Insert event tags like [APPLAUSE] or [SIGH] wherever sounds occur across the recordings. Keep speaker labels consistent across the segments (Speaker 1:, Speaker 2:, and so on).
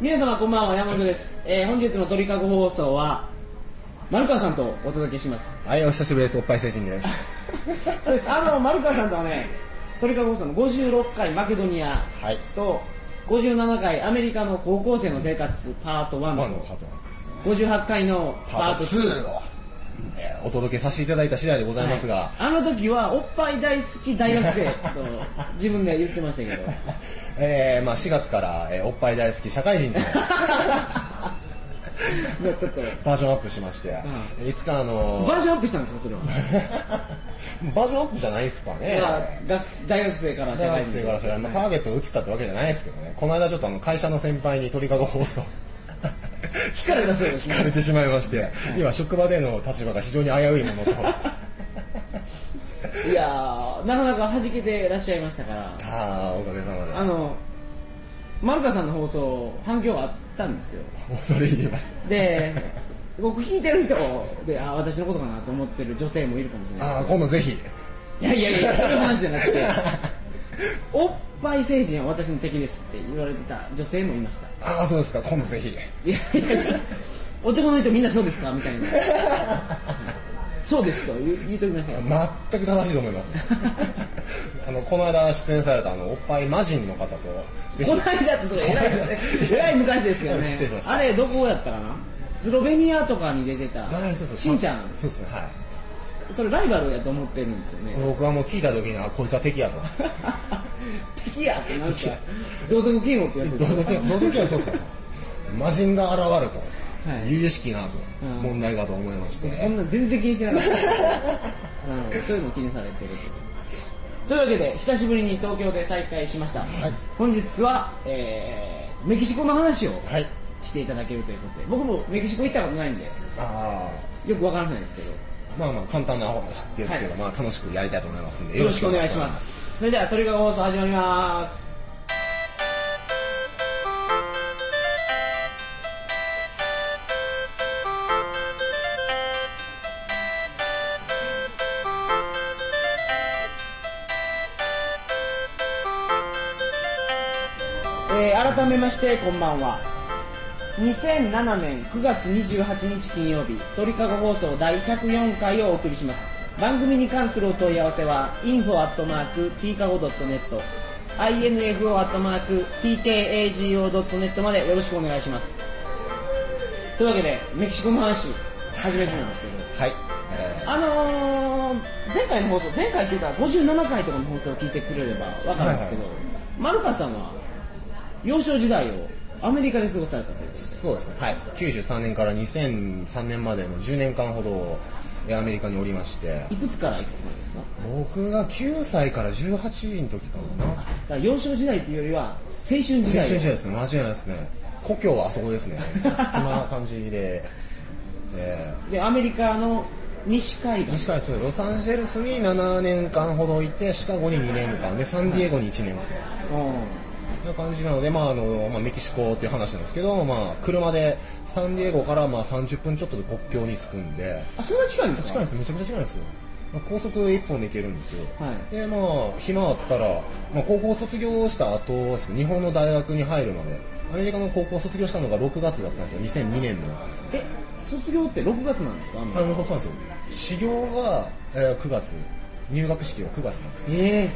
Speaker 1: 皆様こんばんは山本です、えー本日の鳥かご放送は丸川さんとお届けします
Speaker 2: はい、お久しぶりです。おっぱい精神です。
Speaker 1: そうですあの丸川さんとはね鳥かご放送の56回マケドニア
Speaker 2: はい。
Speaker 1: と57回アメリカの高校生の生活パート
Speaker 2: フ
Speaker 1: 1
Speaker 2: ァンの
Speaker 1: と
Speaker 2: パート1です。
Speaker 1: 58回のパ
Speaker 2: パー
Speaker 1: ー
Speaker 2: ト
Speaker 1: ト2
Speaker 2: 2を、えーお届けさせていただいた次第でございますが、
Speaker 1: はいあの時はおっぱい大好き大学生と自分で言ってましたけど
Speaker 2: [LAUGHS] えーまあ4月から、えーおっぱい大好き社会人と [LAUGHS]
Speaker 1: だったと
Speaker 2: バージョンアップしまして、いつかあの
Speaker 1: バージョンアップしたんですかそれは
Speaker 2: ーバージョンアップじゃないですかね。
Speaker 1: いや学大学生から社
Speaker 2: 大
Speaker 1: 会
Speaker 2: 学
Speaker 1: 人
Speaker 2: 生からしたら、まあ、ターゲットが映ったってわけじゃないですけどね、この間ちょっとあの会社の先輩に鳥かご放送 [LAUGHS]
Speaker 1: 聞かれたそうです
Speaker 2: 聞か
Speaker 1: ね
Speaker 2: れてしまいまして、今職場での立場が非常に危ういものとあ
Speaker 1: いやーなかなか弾けてらっしゃいましたから
Speaker 2: あおかげさまで
Speaker 1: あの丸川さんの放送反響があったんですよ
Speaker 2: もうそれ言います
Speaker 1: で僕聞いてる人であ私のことかなと思ってる女性もいるかもしれない
Speaker 2: ああ今度ぜひ
Speaker 1: いやいやいやそういう話じゃなくておっぱい成人は私の敵ですって言われてた女性もいました
Speaker 2: ああそうですか今度ぜひ
Speaker 1: いやいやいや男の人みんなそうですかみたいなそうですと言う言うときましたよ
Speaker 2: 全く正しいと思います [LAUGHS] あのこの間出演されたあのおっぱい魔人の方とぜひ
Speaker 1: こないだってそれ偉いです
Speaker 2: [LAUGHS]
Speaker 1: ね偉い昔ですけどね
Speaker 2: 失礼しました
Speaker 1: あれどこやったかなスロベニアとかに出てた
Speaker 2: はいそうそう
Speaker 1: しんちゃん
Speaker 2: そうですねはい
Speaker 1: それライバルやと思ってるんですよね [LAUGHS]
Speaker 2: 僕はもう聞いた時にあこいつは敵やと
Speaker 1: 敵やってなんですか同族嫌悪ってやつで
Speaker 2: 同
Speaker 1: す
Speaker 2: 族
Speaker 1: か
Speaker 2: 同族はそうですね魔人が現れた、
Speaker 1: はい
Speaker 2: 由々しきなと、
Speaker 1: うん
Speaker 2: 問題かと思いまして、
Speaker 1: そんな全然気にしてなかったなるほどそういうの気にされてるというわけで久しぶりに東京で再会しました、
Speaker 2: い
Speaker 1: 本日は、えーメキシコの話を
Speaker 2: はい
Speaker 1: していただけるということで僕もメキシコ行ったことないんで
Speaker 2: あ
Speaker 1: よくわからないんですけど
Speaker 2: あまあまあ簡単な話ですけど、
Speaker 1: はい
Speaker 2: まあ楽しくやりたいと思いますんで
Speaker 1: よろしくお願いします。それではトリガー放送始まります。えー改めましてこんばんは2007年9月28日金曜日鳥かご放送第104回をお送りします番組に関するお問い合わせは info.tkago.net info.tkago.net までよろしくお願いしますというわけでメキシコの話初めてなんですけど
Speaker 2: はい、え
Speaker 1: あのー、前回の放送前回っていうか57回とかの放送を聞いてくれればわかるんですけど、
Speaker 2: はい
Speaker 1: マルカさんは幼少時代をアメリカで過ごされたということで
Speaker 2: ーそうですねはい93年から2003年までの10年間ほどえーアメリカにおりまして
Speaker 1: いくつからいくつまでですかだ
Speaker 2: 僕が9歳から18の時かな
Speaker 1: から幼少時代っていうよりは青春時
Speaker 2: 青
Speaker 1: 代を
Speaker 2: 春時代ですね間違いないですね故郷はあそこですねそんな感じで、え
Speaker 1: でアメリカの西海
Speaker 2: ー、西
Speaker 1: 岸
Speaker 2: 海岸ロサンゼルスに7年間ほどいてシカゴに2年間でサンディエゴに1年間
Speaker 1: う
Speaker 2: な感じなので、まああのまあ、メキシコっていう話なんですけど、まあ、車でサンディエゴからまあ30分ちょっとで国境に着くんで
Speaker 1: んあそんな近いんですか
Speaker 2: 近いですめちゃくちゃ近いですよまあ高速1本で行けるんですよ、
Speaker 1: はい
Speaker 2: でまあ暇あったら、まあ、高校卒業した後ですね日本の大学に入るまでアメリカの高校卒業したのが6月だったんですよ2002年の
Speaker 1: え卒業って6月なんですかアメリ
Speaker 2: あ
Speaker 1: カ
Speaker 2: のそうなんですよ始業が、えー9月入学式が9月なんですよ
Speaker 1: え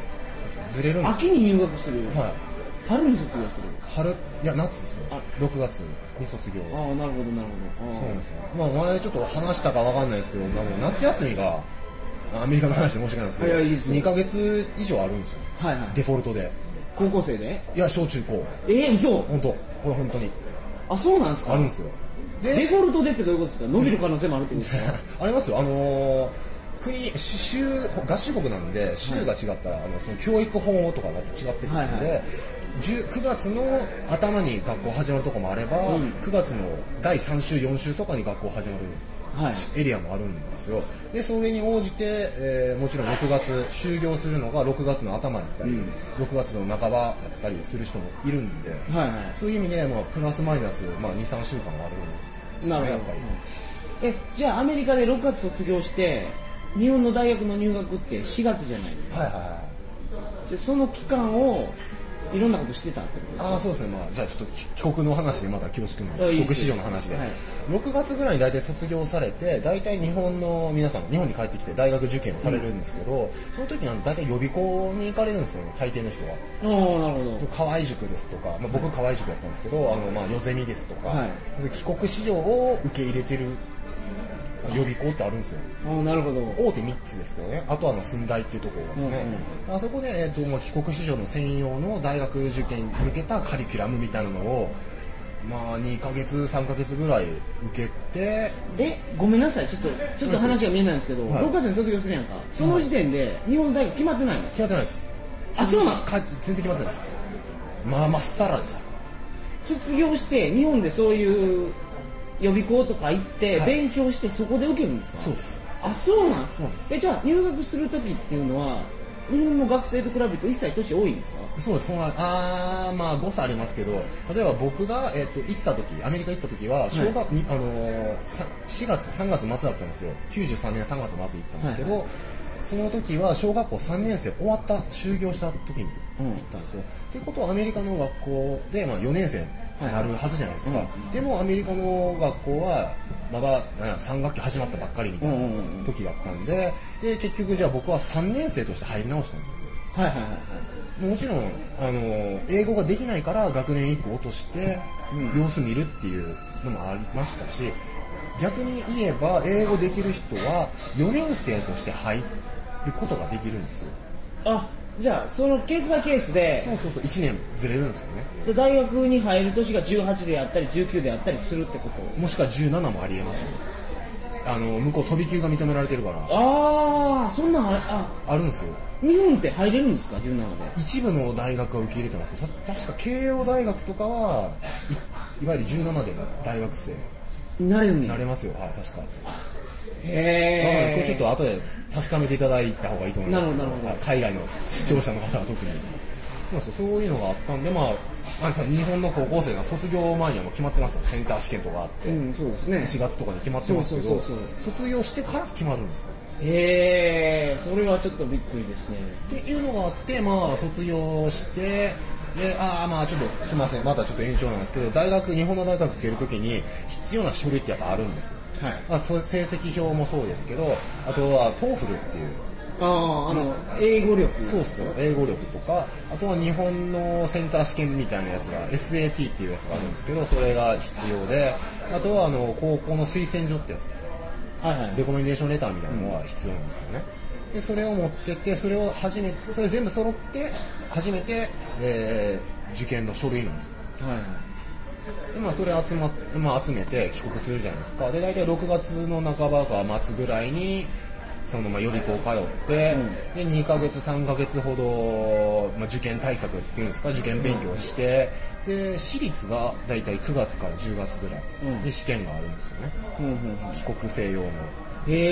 Speaker 2: ずれるん
Speaker 1: ー、
Speaker 2: です
Speaker 1: 秋に入学する、
Speaker 2: よ、はい、
Speaker 1: 春に卒業する
Speaker 2: 春いや夏ですよ
Speaker 1: あ
Speaker 2: 6月に卒業
Speaker 1: ああなるほどなるほどあー
Speaker 2: そうなんですよ、まあ、前ちょっと話したかわかんないですけど、まあもう夏休みがアメリカの話で申し訳ないですけ
Speaker 1: い
Speaker 2: ど
Speaker 1: やいいですよ
Speaker 2: 2ヶ月以上あるんですよ
Speaker 1: はいはい
Speaker 2: デフォルトで
Speaker 1: 高校生で
Speaker 2: いや小中高
Speaker 1: えー、嘘
Speaker 2: 本当これ本当に
Speaker 1: あそうなんですか
Speaker 2: あるんですよで
Speaker 1: デフォルトでってどういうことですか伸びる可能性もあるってことですか
Speaker 2: [LAUGHS] ありますよあのー国州合衆国なんで州が違ったら、あのその教育法とかが違ってくるん
Speaker 1: はいは
Speaker 2: で、十九9月の頭に学校始まるとこもあれば、
Speaker 1: うん
Speaker 2: 9月の第3週4週とかに学校始まる
Speaker 1: はい
Speaker 2: エリアもあるんですよでそれに応じて、えーもちろん6月就業するのが6月の頭だったり、
Speaker 1: うん
Speaker 2: 6月の半ばだったりする人もいるんで、
Speaker 1: はいは
Speaker 2: そういう意味で、まあ、プラスマイナス、まあ、23週間はあるんです
Speaker 1: いな
Speaker 2: よ
Speaker 1: るほ
Speaker 2: ねや
Speaker 1: ど
Speaker 2: っぱり。
Speaker 1: えじゃあアメリカで6月卒業して日本の大学の入学って4月じゃないですか
Speaker 2: はいはいはい
Speaker 1: じゃあその期間をいろんなことしてたってことですか
Speaker 2: ああそうですね、まあ、じゃあちょっと帰国の話でまた恐縮なんです
Speaker 1: あいい
Speaker 2: 帰
Speaker 1: です
Speaker 2: 国子女の話で、
Speaker 1: はい
Speaker 2: 6月ぐらいに大体卒業されて大体日本の皆さん日本に帰ってきて大学受験をされるんですけど、その時にあの大体予備校に行かれるんですよね大抵の人は
Speaker 1: ああなるほど
Speaker 2: 河合塾ですとか、まあ、僕河合塾だったんですけどあの、まあ、夜ゼミですとか、
Speaker 1: はい
Speaker 2: 帰国子女を受け入れてる予備校ってあるんですよ
Speaker 1: ああなるほど
Speaker 2: 大手3つですけどね、あとはあの寸大っていうところがですね、あそこで、えー、ともう帰国子女の専用の大学受験に向けたカリキュラムみたいなのを、まあ、2ヶ月、3ヶ月ぐらい受けて、
Speaker 1: えごめんなさいちょっとちょっと話が見えないんですけど
Speaker 2: はい
Speaker 1: 6月に卒業するやんかその時点で日本大学決まってないの
Speaker 2: 決まってないです。
Speaker 1: あそうなの
Speaker 2: か全然決まってないです。まあ、まっさらです。
Speaker 1: 卒業して日本でそういう予備校とか行って
Speaker 2: はい
Speaker 1: 勉強してそこで受けるんですか
Speaker 2: そうです。
Speaker 1: あそうなん
Speaker 2: そうなんです
Speaker 1: えじゃあ入学する時っていうのは日本の学生と比べると1歳年多いんですか
Speaker 2: そうです、そんな、あーまあ、誤差ありますけど、例えば僕が、えっと行った時アメリカ行った時は、小学、にあのー、さ4月、3月末だったんですよ、93年3月末行ったんですけど、
Speaker 1: は
Speaker 2: その時は小学校3年生終わった、就業した時に行ったんですよ。と、いうことは、アメリカの学校で、まあ、4年生になるはずじゃないですか、
Speaker 1: はい
Speaker 2: でもアメリカの学校は、まだなんや3学期始まったばっかりみたい
Speaker 1: うんうんうん
Speaker 2: な時だったんで、で結局、じゃあ僕は3年生として入り直したんですよ。
Speaker 1: はいはいはいはい
Speaker 2: もちろん、あの英語ができないから学年1個落として
Speaker 1: うん
Speaker 2: 様子見るっていうのもありましたし、逆に言えば英語できる人は4年生として入ることができるんですよ
Speaker 1: あじゃあそのケースバイケースで
Speaker 2: そうそうそう1年ずれるんですよね
Speaker 1: で大学に入る年が18であったり19であったりするってこと
Speaker 2: もしくは17もありえますよあの向こう飛び級が認められてるから
Speaker 1: ああそんなんああ
Speaker 2: あるんですよ
Speaker 1: 日本って入れるんですか17で
Speaker 2: 一部の大学は受け入れてますよた確か慶応大学とかはいいわゆる17で大学生
Speaker 1: なれるん
Speaker 2: に
Speaker 1: や
Speaker 2: なれますよ、はい、確かなので、こ
Speaker 1: へ
Speaker 2: れちょっ
Speaker 1: っ
Speaker 2: と後で確かめていただいた方がいいと思います。
Speaker 1: なるほどなるほど
Speaker 2: 海外の視聴者の方は特に。まあそうそういうのがあったんで、まあ、あのさ日本の高校生が卒業前にはもう決まってますよ。センター試験とかあって、
Speaker 1: うんそうですね
Speaker 2: 1月とかに決まってますけど
Speaker 1: そうそうそう
Speaker 2: 卒業してから決まるんですよ。
Speaker 1: へえそれはちょっとびっくりですね
Speaker 2: っていうのがあって、まあ、卒業して、で、ああ、まあ、ちょっと、すみません、またちょっと延長なんですけど、大学、日本の大学受けるときに、必要な書類ってやっぱあるんですよ。
Speaker 1: はい
Speaker 2: まあ、そう成績表もそうですけど、あとは、トーフルっていう、
Speaker 1: あああの英語力
Speaker 2: そうっすよ英語力とかあとは日本のセンター試験みたいなやつが SAT っていうやつがあるんですけどそれが必要であとはあの高校の推薦所ってやつ
Speaker 1: はいはい
Speaker 2: レコメンデーションレターみたいなのが必要なんですよね、でそれを持ってってそれを初めそれ全部揃って初めて、えー受験の書類なんですよ
Speaker 1: はいはい
Speaker 2: でまあ、それ集まっ、まあ、集めて帰国するじゃないですか。で、大体6月の半ばか末ぐらいに、そのまま予備校通って、で、2ヶ月、3ヶ月ほど、まあ、受験対策っていうんですか、受験勉強して、で、私立が大体9月から10月ぐら
Speaker 1: うん
Speaker 2: いで試験があるんですよね。
Speaker 1: うんうんうん
Speaker 2: 帰国生用の。
Speaker 1: へ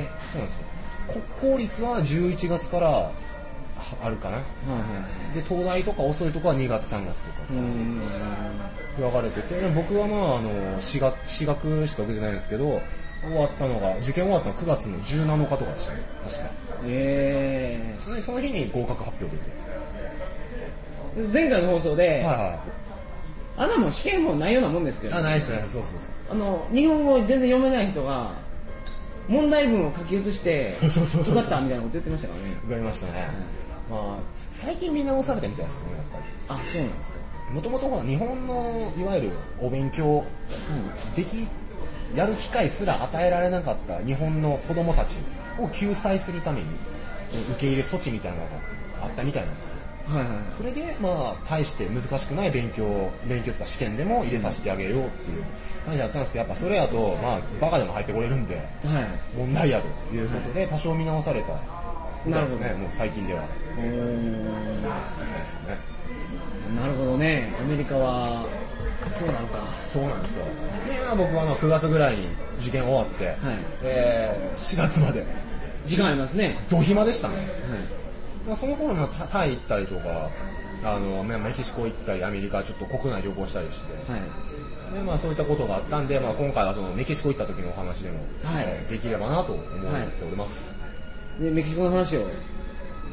Speaker 1: え
Speaker 2: そうなんですよ。国公立は11月からはあるかな。
Speaker 1: はいは
Speaker 2: で、東大とか遅いとこは2月、3月とか。
Speaker 1: いうん
Speaker 2: 分かれてて、僕はまあ、あの、私学、私学しか受けてないんですけど、終わったのが、受験終わったの9月の17日とかでしたね、確か。
Speaker 1: へ
Speaker 2: それでその日に合格発表出て。
Speaker 1: え前回の放送で、
Speaker 2: はいは
Speaker 1: あんなもん試験もないようなもんです
Speaker 2: い。
Speaker 1: よ
Speaker 2: あ、ないっすね、そうそう
Speaker 1: あの日本語全然読めない人が問題文を書き写して
Speaker 2: そうそうそうそう
Speaker 1: 受かったみたいなこと言ってましたからね
Speaker 2: そう。受かりましたね。まあ、最近見直されたみたいですけどね、やっぱ
Speaker 1: あそうなんですか、
Speaker 2: り。もともとほら、日本の、いわゆるお勉強、でき、やる機会すら与えられなかった日本の子供たちを救済するために、受け入れ措置みたいなのがあったみたいなんですよ。
Speaker 1: うん、はいはい
Speaker 2: それで、まあ、大して難しくない勉強、勉強とか試験でも入れさせてあげようっていう感じだったんですけど、やっぱそれやと、まあ、バカでも入ってこれるんで、
Speaker 1: はい
Speaker 2: 問題やということで、多少見直されたみたいです
Speaker 1: な
Speaker 2: ね、
Speaker 1: るほど
Speaker 2: もう最近では。
Speaker 1: おー
Speaker 2: ね
Speaker 1: なるほどねアメリカはそうなのか
Speaker 2: そうなんですよ。で、まあ、僕はあの9月ぐらいに受験終わって、えー4月まで、
Speaker 1: 時間ありますね、
Speaker 2: ド暇でしたね。
Speaker 1: は
Speaker 2: まあ、その頃もタタイ行ったりとか、あの、まあメキシコ行ったり、アメリカちょっと国内旅行したりして、
Speaker 1: いはい、
Speaker 2: でまあ、そういったことがあったんで、まあ、今回はそのメキシコ行った時のお話でも、
Speaker 1: はい
Speaker 2: えーできればなと思っております、 [LAUGHS]
Speaker 1: でメキシコの話を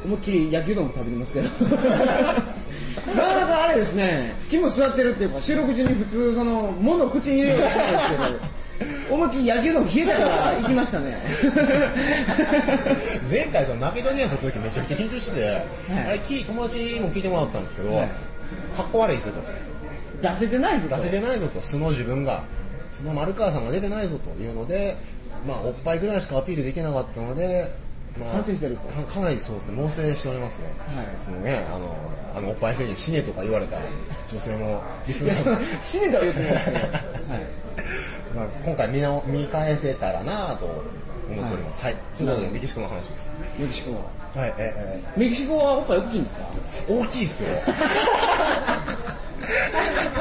Speaker 1: 思いっきり焼きうどんも食べてますけどなかなかあれですね、気も座ってるっていうか、収録中に普通、その、物を口に入れようとしたんです
Speaker 2: [LAUGHS]
Speaker 1: けど、思いっきり野球の冷えたから行きましたね。
Speaker 2: 前回そのマケドニアに撮った時めちゃくちゃ緊張してて、
Speaker 1: い
Speaker 2: あれき友達にも聞いてもらったんですけど、
Speaker 1: はい
Speaker 2: かっこ悪いぞ
Speaker 1: 出せてないぞ
Speaker 2: と
Speaker 1: と
Speaker 2: 出せてないぞと素の自分が素の丸川さんが出てないぞというので、まあ、おっぱいぐらいしかアピールできなかったので、まあ
Speaker 1: 反省してると
Speaker 2: かかなりそうですね猛省しておりますね,、
Speaker 1: はい
Speaker 2: そのねあのあのおっぱい制限死ねとか言われた女性のリス
Speaker 1: い
Speaker 2: ナ
Speaker 1: やその
Speaker 2: ー
Speaker 1: 死ねとは言ってないですけど、はい
Speaker 2: [LAUGHS] まあ、今回見直見返せたらなぁと思っております。はい。ということで、メキシコの話です。
Speaker 1: メキシコは。
Speaker 2: はい、え、
Speaker 1: メキシコはおっぱい大きいんですか
Speaker 2: え、大きいっすよ。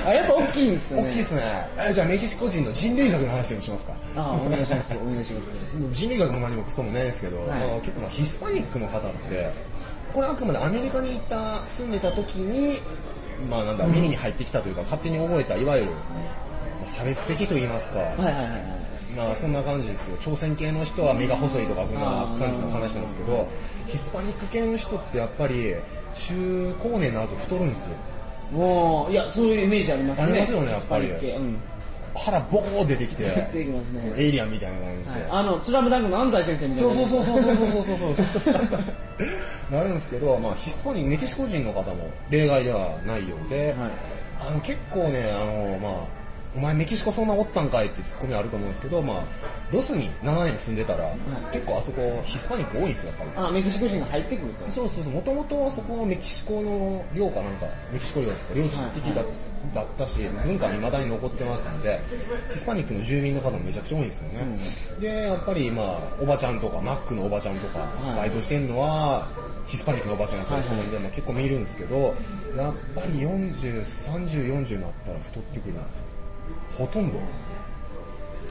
Speaker 1: あ、やっぱ大きいんですよ
Speaker 2: 大
Speaker 1: ね。
Speaker 2: きいっすね。えじゃあ、メキシコ人の人類学の話にしますか。
Speaker 1: あ、お願いします。お願いします。
Speaker 2: 人類学も何もクソもないですけど、
Speaker 1: はい
Speaker 2: あの結構まあヒスパニックの方って、これあくまでアメリカに行った、住んでた時に、まあなんだ、耳に入ってきたというか、勝手に覚えた、いわゆる、まあ差別的と言いますか、
Speaker 1: はいはいはいはい。
Speaker 2: まあそんな感じですよ朝鮮系の人は目が細いとかそんな感じの話なんですけどヒスパニック系の人ってやっぱり中高年になると太るんですよ
Speaker 1: もう、いや、そういうイメージありますね。
Speaker 2: ありますよねやっぱり
Speaker 1: スパリ系うん。
Speaker 2: 腹ボコー出てきて
Speaker 1: 出てきますね。
Speaker 2: エイリアンみたいな感じ
Speaker 1: はい
Speaker 2: で、
Speaker 1: あの、スラムダンクの安西先生みたい
Speaker 2: そ
Speaker 1: な。
Speaker 2: うそうそうそうそうそうそうそう
Speaker 1: は
Speaker 2: なるんですけど、まあ、ヒスパニックメキシコ人の方も例外ではないようで、あの結構ねあの、まあ、お前メキシコそんなおったんかいってツッコミあると思うんですけど、まあ、ロスに7年住んでたら、結構あそこヒスパニック多いんですよやっぱり
Speaker 1: あ、メキシコ人が入ってくると。
Speaker 2: そうそうそう、もともとはそこはメキシコの領かなんか、メキシコ領ですか、領地的だ,、だったし、文化未だに残ってますんで、ヒスパニックの住民の方もめちゃくちゃ多いんですよね。で、やっぱり、まあ、おばちゃんとか、マックのおばちゃんとか、
Speaker 1: い
Speaker 2: バイトしてるのは、ヒスパニックのおばちゃんやったりするんで、まあ、結構見るんですけど、やっぱり40、30、40になったら太ってくるんですよ。ほとんど。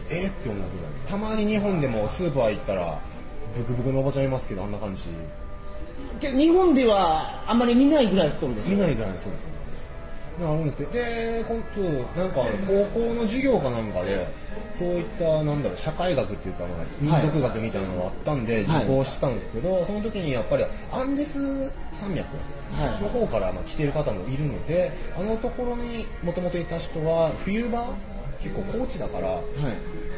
Speaker 2: えーって思うぐらい。たまに日本でもスーパー行ったら、ブクブクのおばちゃんいますけど、あんな感じ。
Speaker 1: け日本ではあんまり見ないぐらい太るでしょ
Speaker 2: 見ないぐらいそうですねあるんですけどでこんちょっとなんか高校の授業かなんかでそういったなんだろう社会学っていうか、まあ民族学みたいなのがあったんで受講したんですけど、その時にやっぱりアンデス山脈
Speaker 1: はい
Speaker 2: の方からまあ来てる方もいるので、あのところにもともといた人は冬場結構高地だから、
Speaker 1: は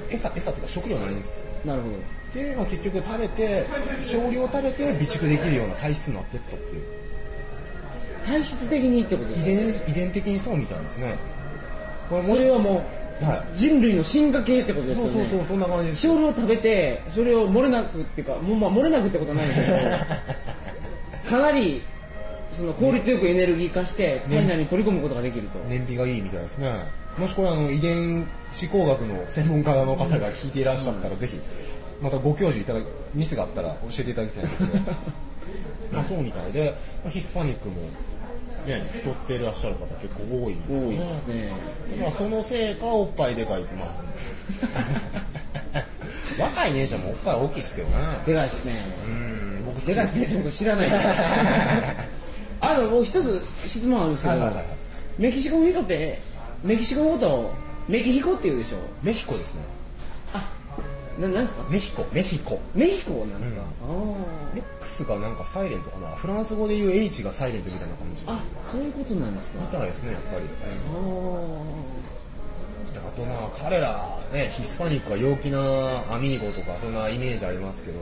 Speaker 2: 餌餌っていうか食料ないんですよ
Speaker 1: いなるほ
Speaker 2: で、まあ、結局食べて少量食べて備蓄できるような体質になってったっていう
Speaker 1: ど体質的にってことで
Speaker 2: 遺
Speaker 1: すね
Speaker 2: 伝遺伝的にそうみたいですね。これ
Speaker 1: それはも
Speaker 2: は
Speaker 1: う人類の進化系ってこと
Speaker 2: い。
Speaker 1: です
Speaker 2: そ
Speaker 1: よ
Speaker 2: うそうそう
Speaker 1: ね
Speaker 2: そんな感じです。
Speaker 1: 少量食べてそれを漏れなくっていうかもうまあ漏れなくってことはないんですけどか
Speaker 2: [LAUGHS]
Speaker 1: なりその効率よくエネルギー化して体内に取り込むことができると、
Speaker 2: 燃費がいいみたいですね。もしこれあの遺伝子工学の専門家の方が聞いていらっしゃったらぜひまたご教授いただくミスがあったら教えていただきたいんです
Speaker 1: [LAUGHS]
Speaker 2: けど。まあそうみたいで、まあヒスパニックもね太ってらっしゃる方結構多いですね。
Speaker 1: 多いですね
Speaker 2: まあそのせいかおっぱいでかいってまあ。 [LAUGHS] 若い姉ちゃんもおっぱい大きいですけどね。
Speaker 1: でかいですね
Speaker 2: うん、僕
Speaker 1: でかいですねって僕知らない [LAUGHS] あのもう一つ質問あるんですけど、
Speaker 2: はいはいはい
Speaker 1: メキシコの人ってメキシコのことをメキヒコって言うでしょ
Speaker 2: メヒコですね。
Speaker 1: ななんですか
Speaker 2: メヒコ、メヒコ。
Speaker 1: メヒコなんですか、
Speaker 2: X がなんかサイレントかな。フランス語で言う H がサイレントみたいな感じ。
Speaker 1: あーあそういうことなんですか
Speaker 2: み
Speaker 1: あ
Speaker 2: たいですね、やっぱり。
Speaker 1: ー
Speaker 2: あとまあ、彼ら、ね、ヒスパニックは陽気なアミーゴとか、そんなイメージありますけど、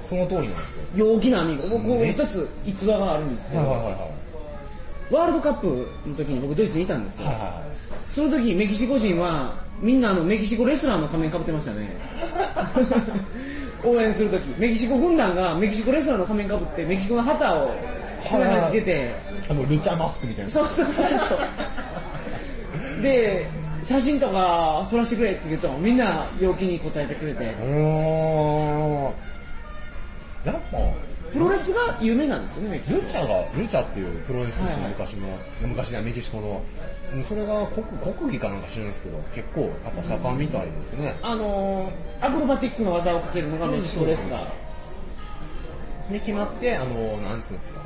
Speaker 2: その通りなんですよ。
Speaker 1: 陽気なアミーゴ僕
Speaker 2: ね
Speaker 1: 一つ逸話があるんですけど、
Speaker 2: はいはいは
Speaker 1: ワールドカップの時に僕ドイツにいたんです
Speaker 2: い。
Speaker 1: よ、
Speaker 2: はいはいはい。
Speaker 1: その時メキシコ人はみんなあのメキシコレスラーの仮面かぶってました [LAUGHS] ね応援する時メキシコ軍団がメキシコレスラーの仮面かぶってメキシコの旗を背中につけて
Speaker 2: あの、ルチャマスクみたいな。
Speaker 1: そうそうそうそう [LAUGHS] で写真とか撮らせてくれって言うとみんな陽気に答えてくれて
Speaker 2: うーん。やっぱ、
Speaker 1: プロレスが有名なんですよねメキシコ
Speaker 2: ルチャが、ルチャっていうプロレスです
Speaker 1: はいはい
Speaker 2: 昔の、昔ね、メキシコの、うんそれが国国技かなんか知らないですけど、結構やっぱ盛んみたいですね。
Speaker 1: あのーアクロバティックな技をかけるのがメキシコレスラー
Speaker 2: で、決まって、あの、なんつうんですか、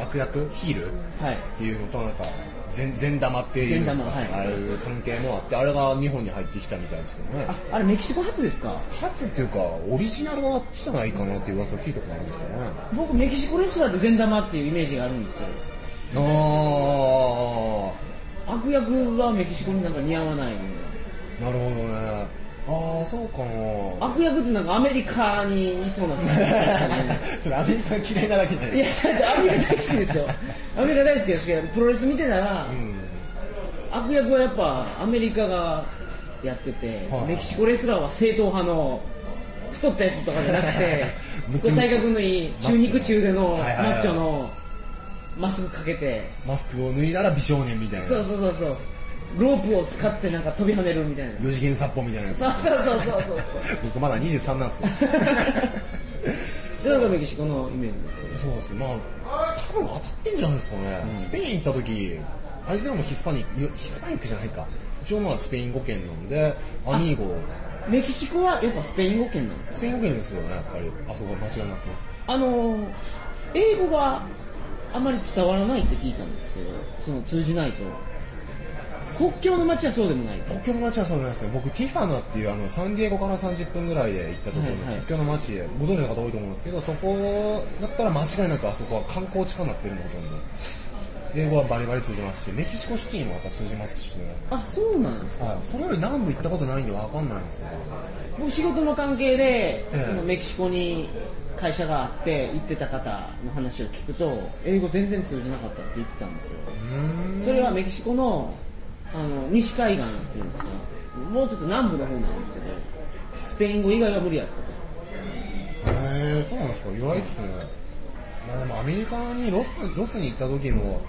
Speaker 2: 悪役、ヒール
Speaker 1: はい
Speaker 2: っていうのと、なんか、善善玉っていうんですか、
Speaker 1: 善玉
Speaker 2: あ
Speaker 1: は
Speaker 2: あいう関係もあって、あれが日本に入ってきたみたいですけどね
Speaker 1: あ。あれメキシコ初ですか
Speaker 2: 初っていうか、オリジナルはじゃないかなっていう噂を聞いたことあるんですけどね。
Speaker 1: 僕メキシコレスラーで善玉っていうイメージがあるんですよ
Speaker 2: ああ
Speaker 1: 悪役はメキシコになんか似合わない
Speaker 2: なるほどねああそうかな
Speaker 1: 悪役ってなんかアメリカにいそうな感じでしたね
Speaker 2: [LAUGHS] それアメリカ嫌いなだけじゃない
Speaker 1: いやだってアメリカ大好きですよアメリカ大好きですけどプロレス見てたら、
Speaker 2: うん
Speaker 1: 悪役はやっぱアメリカがやってて、
Speaker 2: はい
Speaker 1: メキシコレスラーは正統派の太ったやつとかじゃなく [LAUGHS] て
Speaker 2: ムキムキ
Speaker 1: すごい体格のいい中肉中背のマ
Speaker 2: はいはいはい
Speaker 1: ッチョのマスクかけて
Speaker 2: マスクを脱いだら美少年みたいな
Speaker 1: そうそうそうそうロープを使ってなんか飛び跳ねるみたいな
Speaker 2: 四次元殺法みたいなやつ
Speaker 1: そうそうそうそうそう
Speaker 2: 僕まだ23なんですけど
Speaker 1: それがメキシコのイメージですよ
Speaker 2: そうですねまあ多分当たってんじゃないですかね、スペイン行った時あいつらもヒスパニックいやヒスパニックじゃないか一応まあスペイン語圏なんでアニーゴ
Speaker 1: メキシコはやっぱスペイン語圏なんです
Speaker 2: ス
Speaker 1: か
Speaker 2: ペイン語圏ですよねやっぱりあそこは間違いなく
Speaker 1: あのー英語があまり伝わらないって聞いたんですけどその通じないと国境の街はそうでもないと
Speaker 2: 国境の街はそうなんですよ僕ティファナっていうあのサンディエゴから30分ぐらいで行ったところの
Speaker 1: はいはい
Speaker 2: 国境の街へご存知の方多いと思うんですけどそこだったら間違いなくあそこは観光地化になってるのほとんど英語はバリバリ通じますしメキシコシティもやっぱ通じますしね
Speaker 1: あそうなんですか
Speaker 2: はい、それより南部行ったことないんで分かんないんですよ、
Speaker 1: 僕仕事の関係で、
Speaker 2: ええ
Speaker 1: そのメキシコに会社があって行ってた方の話を聞くと英語全然通じなかったって言ってたんですよそれはメキシコのあの西海岸っていうんですかもうちょっと南部の方なんですけどスペイン語以外は無理やったと
Speaker 2: へえそうなんですか意外ですね、まあ、でもアメリカにロスロスに行った時も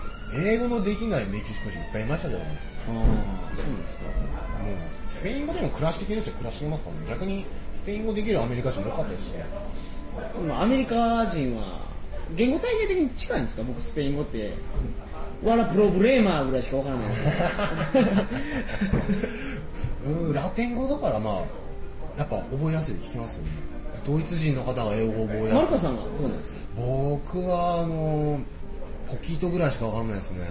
Speaker 2: 英語のできないメキシコ人いっぱいいましたけどね
Speaker 1: ああそうなんですか
Speaker 2: もうスペイン語でも暮らしていける人は暮らしてますからね逆にスペイン語できるアメリカ人も多かったですね
Speaker 1: でもアメリカ人は言語体系的に近いんですか僕スペイン語ってわらプロブレーマーぐらいしかわからない [LAUGHS] です
Speaker 2: うんラテン語だからまあやっぱ覚えやすいって聞きますよねドイツ人の方が英語を覚え
Speaker 1: マ
Speaker 2: や
Speaker 1: ルカ
Speaker 2: すい
Speaker 1: さんはどうなんですか
Speaker 2: 僕はあのポキートぐらいしか分かんないですね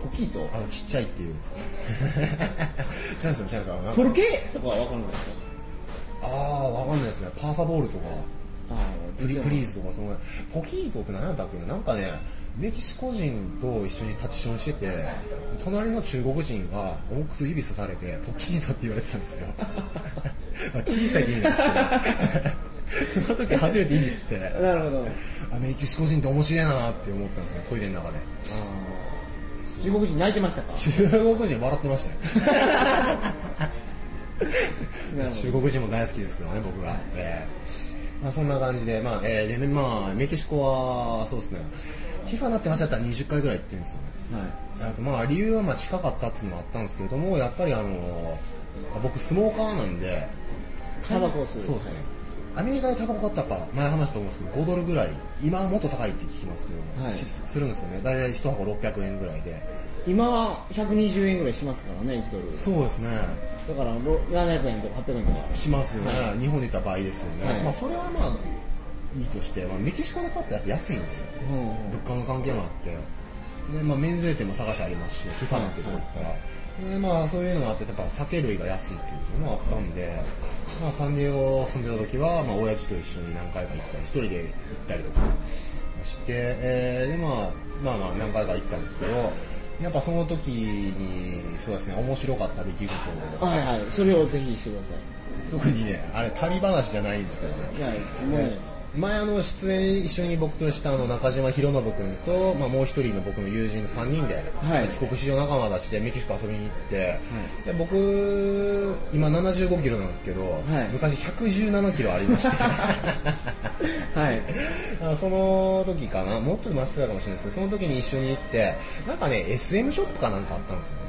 Speaker 1: ポキート
Speaker 2: あのちっちゃいっていう。 [LAUGHS] チャンスよ、チャンスよ。なんか
Speaker 1: ポルケとかはわかるんないですか
Speaker 2: ああ、わかんないですね。パーファボールとか、
Speaker 1: ああ
Speaker 2: プリプリーズとか、その、ポキートって何やったっけななんかね、メキシコ人と一緒に立ちションしてて、隣の中国人が大靴指さされて、ポキートって言われてたんですよ。まあ小さいって意味なんですけど、その時初めて意味知って、
Speaker 1: なるほど
Speaker 2: あ、メキシコ人って面白いなって思ったんですよ、トイレの中で。
Speaker 1: 中国人泣いてましたか
Speaker 2: 中国人笑ってましたよ。
Speaker 1: なるほ
Speaker 2: 中国人も大好きですけどね、僕は。えーまあ、そんな感じで、まあえーでまあ、メキシコは、そうですね、ティファナって話だったら20回ぐらい行ってるんですよね。
Speaker 1: どはい
Speaker 2: あとまあ理由はまあ近かったっていうのもあったんですけれども、やっぱりあの僕、スモーカーなんで、
Speaker 1: タバコを吸う
Speaker 2: そうですね、アメリカでタバコ買ったらやっぱ前話したと思うんですけど、5ドルぐらい、今はもっと高いって聞きますけど、
Speaker 1: はい
Speaker 2: しするんですよね、大体1箱600円ぐらいで、
Speaker 1: 今は120円ぐらいしますからね1ドル
Speaker 2: そうですね、
Speaker 1: だからろ700円とか800円とか
Speaker 2: しますよね、
Speaker 1: は
Speaker 2: 日本で言ったら倍ですよね、
Speaker 1: はい
Speaker 2: まあ、それはまあいいとして、まあ、メキシコで買ったらやっぱ安いんですよ、
Speaker 1: うんうん
Speaker 2: 物価の関係もあって、でまあ、免税店も探しありますし、ティファナってとこ行ったら、でまあ、そういうのがあって、やっぱ酒類が安いっていうのもあったんで、まあ、サンディエゴ住んでた時は、まあ親父と一緒に何回か行ったり、一人で行ったりとかして、えーでまあ、まあまあ何回か行ったんですけど、やっぱその時に、そうですね、面白かった出来事を。
Speaker 1: はいはいそれをぜひしてください
Speaker 2: 特にね、あれ、旅話じゃないんですけどね。
Speaker 1: いやもうです
Speaker 2: 前あの出演一緒に僕としたあの中島博信君と、まあ、もう一人の僕の友人の3人で、
Speaker 1: はい
Speaker 2: 帰国子女仲間たちでメキシコ遊びに行って、で僕今75キロなんですけど、
Speaker 1: い
Speaker 2: 昔117キロあり
Speaker 1: [LAUGHS]
Speaker 2: まして [LAUGHS]
Speaker 1: はい
Speaker 2: あその時かなもっとまっすぐかもしれないですけどその時に一緒に行ってなんかね SM ショップかなんかあったんですよね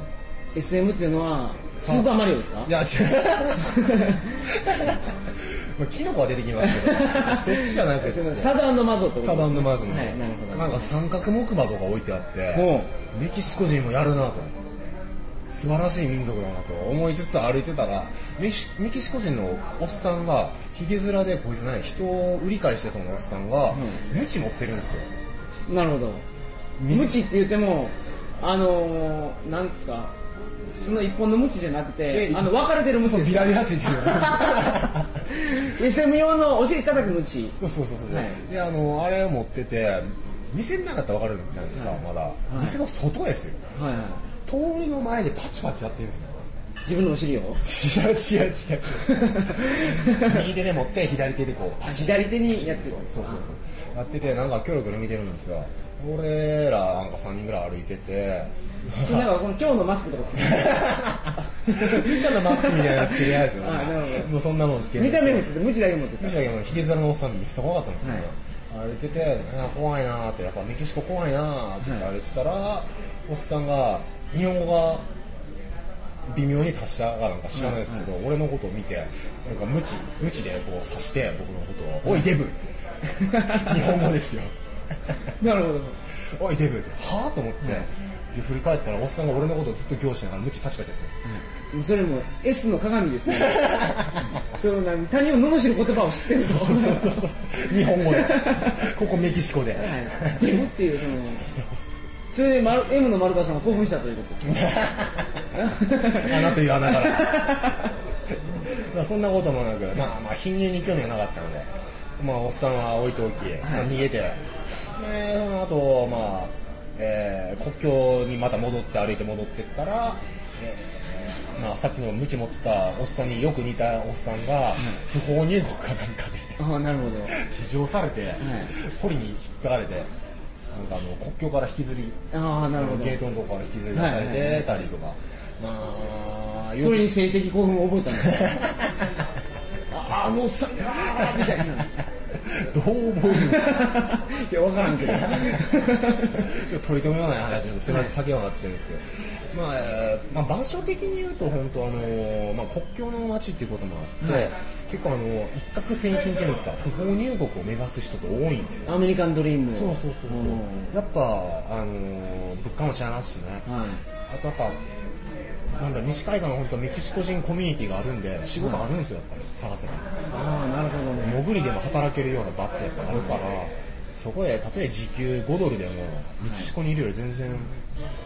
Speaker 1: SM っていうのはスーパーマリオですか
Speaker 2: いや、違う。
Speaker 1: [LAUGHS]
Speaker 2: [LAUGHS] まあ、キノコは出てきますけど、そっちじゃなくて、
Speaker 1: そのサダンマゾってこと
Speaker 2: カバンのマーズの、
Speaker 1: はいなるほど
Speaker 2: んか三角木馬とか置いてあって、
Speaker 1: ほ
Speaker 2: メキシコ人もやるなと。素晴らしい民族だなと思いつつ歩いてたらメキシメキシコ人のおっさんがひげ面でこいつね人を売り買いしてそのおっさんが、ムチ持ってるんですよ
Speaker 1: なるほど無知って言ってもあのー、なんですか普通の一本の無知じゃなくて
Speaker 2: え
Speaker 1: あの分かれてる無知
Speaker 2: そう
Speaker 1: で
Speaker 2: ビ
Speaker 1: す
Speaker 2: ラビラついて
Speaker 1: [LAUGHS]
Speaker 2: る
Speaker 1: SM 用のお尻叩く無知
Speaker 2: そうそうそうそう、
Speaker 1: はい
Speaker 2: であのあれを持ってて店の中だったら分かるじゃないですか、
Speaker 1: はい
Speaker 2: まだ、
Speaker 1: い
Speaker 2: 店の外ですよ
Speaker 1: はいはい
Speaker 2: 通りの前でパチパチやってるんですよ
Speaker 1: 自分のお尻を [LAUGHS]
Speaker 2: 違う違う違う違う右手で持って左手でこうパチッ
Speaker 1: 左手にやってる
Speaker 2: そうそうそうやっててなんかキョロキョロ見てるんですよ俺らなんか3人ぐらい歩いて
Speaker 1: [LAUGHS]
Speaker 2: て
Speaker 1: そうなんかこの蝶のマスクとかつけて
Speaker 2: ゆうちゃんのマスクみたいなのつけるやつよ
Speaker 1: あなるほど
Speaker 2: もうそんなもんつけ
Speaker 1: 見た目も
Speaker 2: つ
Speaker 1: ちょっと無知だけ持って
Speaker 2: け
Speaker 1: た
Speaker 2: むしろひげ面のおっさんめっちゃ怖かったんですけど、
Speaker 1: はい
Speaker 2: 歩いててあ怖いなーってやっぱメキシコ怖いなーって言って歩いてたら、おっさんが日本語が微妙に達したかなんか知らないですけど、俺のことを見てなんか無知無知でこう刺して僕のことを「おいデブ!」って日本語ですよ
Speaker 1: なるほど
Speaker 2: おいデブってはあと思って、
Speaker 1: はい
Speaker 2: で振り返ったらおっさんが俺のことをずっと凝視しながらムチパチパチやってたんですよ
Speaker 1: もうそれも S の鏡です
Speaker 2: [LAUGHS]
Speaker 1: ねそうなん他人を罵る言葉を知ってるぞ
Speaker 2: そうそうそうそう日本語でここメキシコで、
Speaker 1: はい、デブっていうそのそれで丸 M の丸川さんが興奮したということですね
Speaker 2: 穴という穴からまあそんなこともなくまあまあ貧乳に興味はなかったのでまあおっさんは置いておき、まあ逃げてでその後まあ、えー国境にまた戻って歩いて戻ってったら、えーまあ、さっきのムチ持ってたおっさんによく似たおっさんが不法入国かなんかで
Speaker 1: ああなるほど
Speaker 2: 手錠されて、ポリに引っ張られてなんかあの国境から引きずり
Speaker 1: ああなるほど
Speaker 2: ゲートのとこから引きずり出されてたりとか、まあ
Speaker 1: それに性的興奮を覚えたんですよああのおっさんがあーみたいない
Speaker 2: [LAUGHS] どう [LAUGHS] 思う
Speaker 1: や分からんけど
Speaker 2: 取り留めのない話をすみません先はなってるんですけど、まあえーまあ、場所的に言うと本当あのー、まあ、国境の街っていうこともあって、結構あのー一攫千金っていうんですか不法入国を目指す人って多いんですよ
Speaker 1: アメリカンドリームを
Speaker 2: そうそうそうそう、
Speaker 1: ん
Speaker 2: やっぱあのー物価も違いますしね、
Speaker 1: はい
Speaker 2: あとやっぱなんだ西海岸は本当メキシコ人コミュニティがあるんで仕事あるんですよやっぱり探せば
Speaker 1: ああなるほどね
Speaker 2: 潜りでも働けるような場ってやっぱあるから、そこで例えば時給5ドルでもメキシコにいるより全然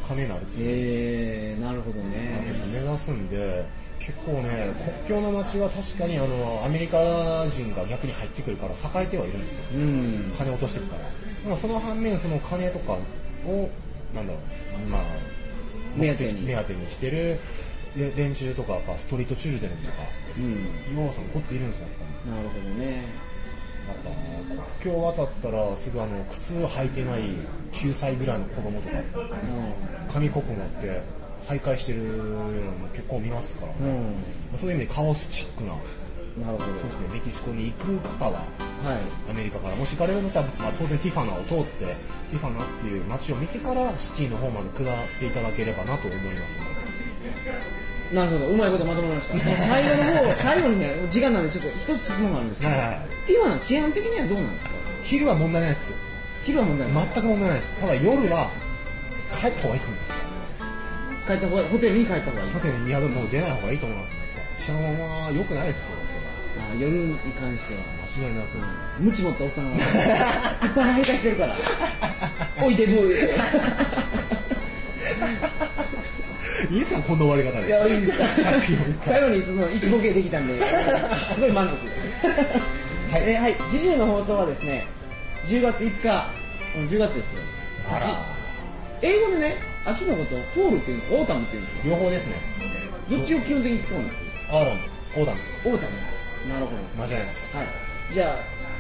Speaker 2: 金になるっていう
Speaker 1: ええなるほどね
Speaker 2: 目指すんで結構ね国境の街は確かにあのアメリカ人が逆に入ってくるから栄えてはいるんですよ
Speaker 1: うん
Speaker 2: 金落としてるからでもその反面その金とかをなんだろうまあ
Speaker 1: 目当てに
Speaker 2: 目当てにしてるれ連中とかやっぱストリートチルドレンとか
Speaker 1: うん
Speaker 2: 要素もこっちいるんですよやっぱ
Speaker 1: なるほど
Speaker 2: り
Speaker 1: ね
Speaker 2: また国境渡ったらすぐあの靴履いてない9歳ぐらいの子供とか紙コップ持って徘徊してるのも結構見ますから
Speaker 1: う
Speaker 2: ね、
Speaker 1: ん、
Speaker 2: そういう意味でカオスチックな
Speaker 1: うん、なるほ
Speaker 2: そうですねメキシコに行く方は
Speaker 1: どはい
Speaker 2: アメリカからもし行かれるのだったら、まあ、当然ティファナを通ってティファナっていう街を見てからシティの方まで下っていただければなと思いますので
Speaker 1: なるほどうまいことまとまりました [LAUGHS] 最後の方最後にね時間なんでちょっと一つ質問があるんですけど、
Speaker 2: はいはいはい
Speaker 1: ティファナ治安的にはどうなんですか
Speaker 2: 昼は問題ないですよ
Speaker 1: 昼は問題ない、
Speaker 2: 全く問題ないですただ夜は帰った方がいいと思います
Speaker 1: 帰った方がホテルに帰った方がいい
Speaker 2: ホテルに宿もう出ない方がいいと思いますね。治安は良くないですよ。
Speaker 1: あ夜に関しては
Speaker 2: それは間違いなく。
Speaker 1: ムチ持ったおっさん [LAUGHS] がいっぱい徘徊してるからおいデブ
Speaker 2: いいですかこんな終わり
Speaker 1: [LAUGHS]
Speaker 2: 方
Speaker 1: い
Speaker 2: で。
Speaker 1: やいいです [LAUGHS] 最後にいつも一ボケできたんですごい満足 [LAUGHS] はい、えーはい、次週の放送はですね10月5日うん10月ですよ
Speaker 2: あら、
Speaker 1: 英語でね秋のことをフォールっていうんですかオータムっていうんですか
Speaker 2: 両方ですね。
Speaker 1: どっちを基本的に使うんです
Speaker 2: アーロン、オーダン、
Speaker 1: オータムなるほど
Speaker 2: 間違いないです。
Speaker 1: はいじゃあ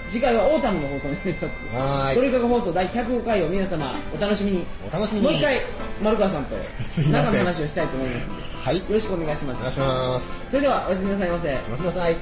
Speaker 1: 次回はオータムの放送になります
Speaker 2: はーい
Speaker 1: トリカゴ放送第105回を皆様お楽しみに
Speaker 2: お楽しみに
Speaker 1: もう一回丸川さんと
Speaker 2: すいま
Speaker 1: 中
Speaker 2: せん
Speaker 1: の話をしたいと思いますのでよ
Speaker 2: はい。お
Speaker 1: ろしくお願いしま
Speaker 2: 願い
Speaker 1: す
Speaker 2: します。
Speaker 1: それではおやすみなさいませ
Speaker 2: お待ちください。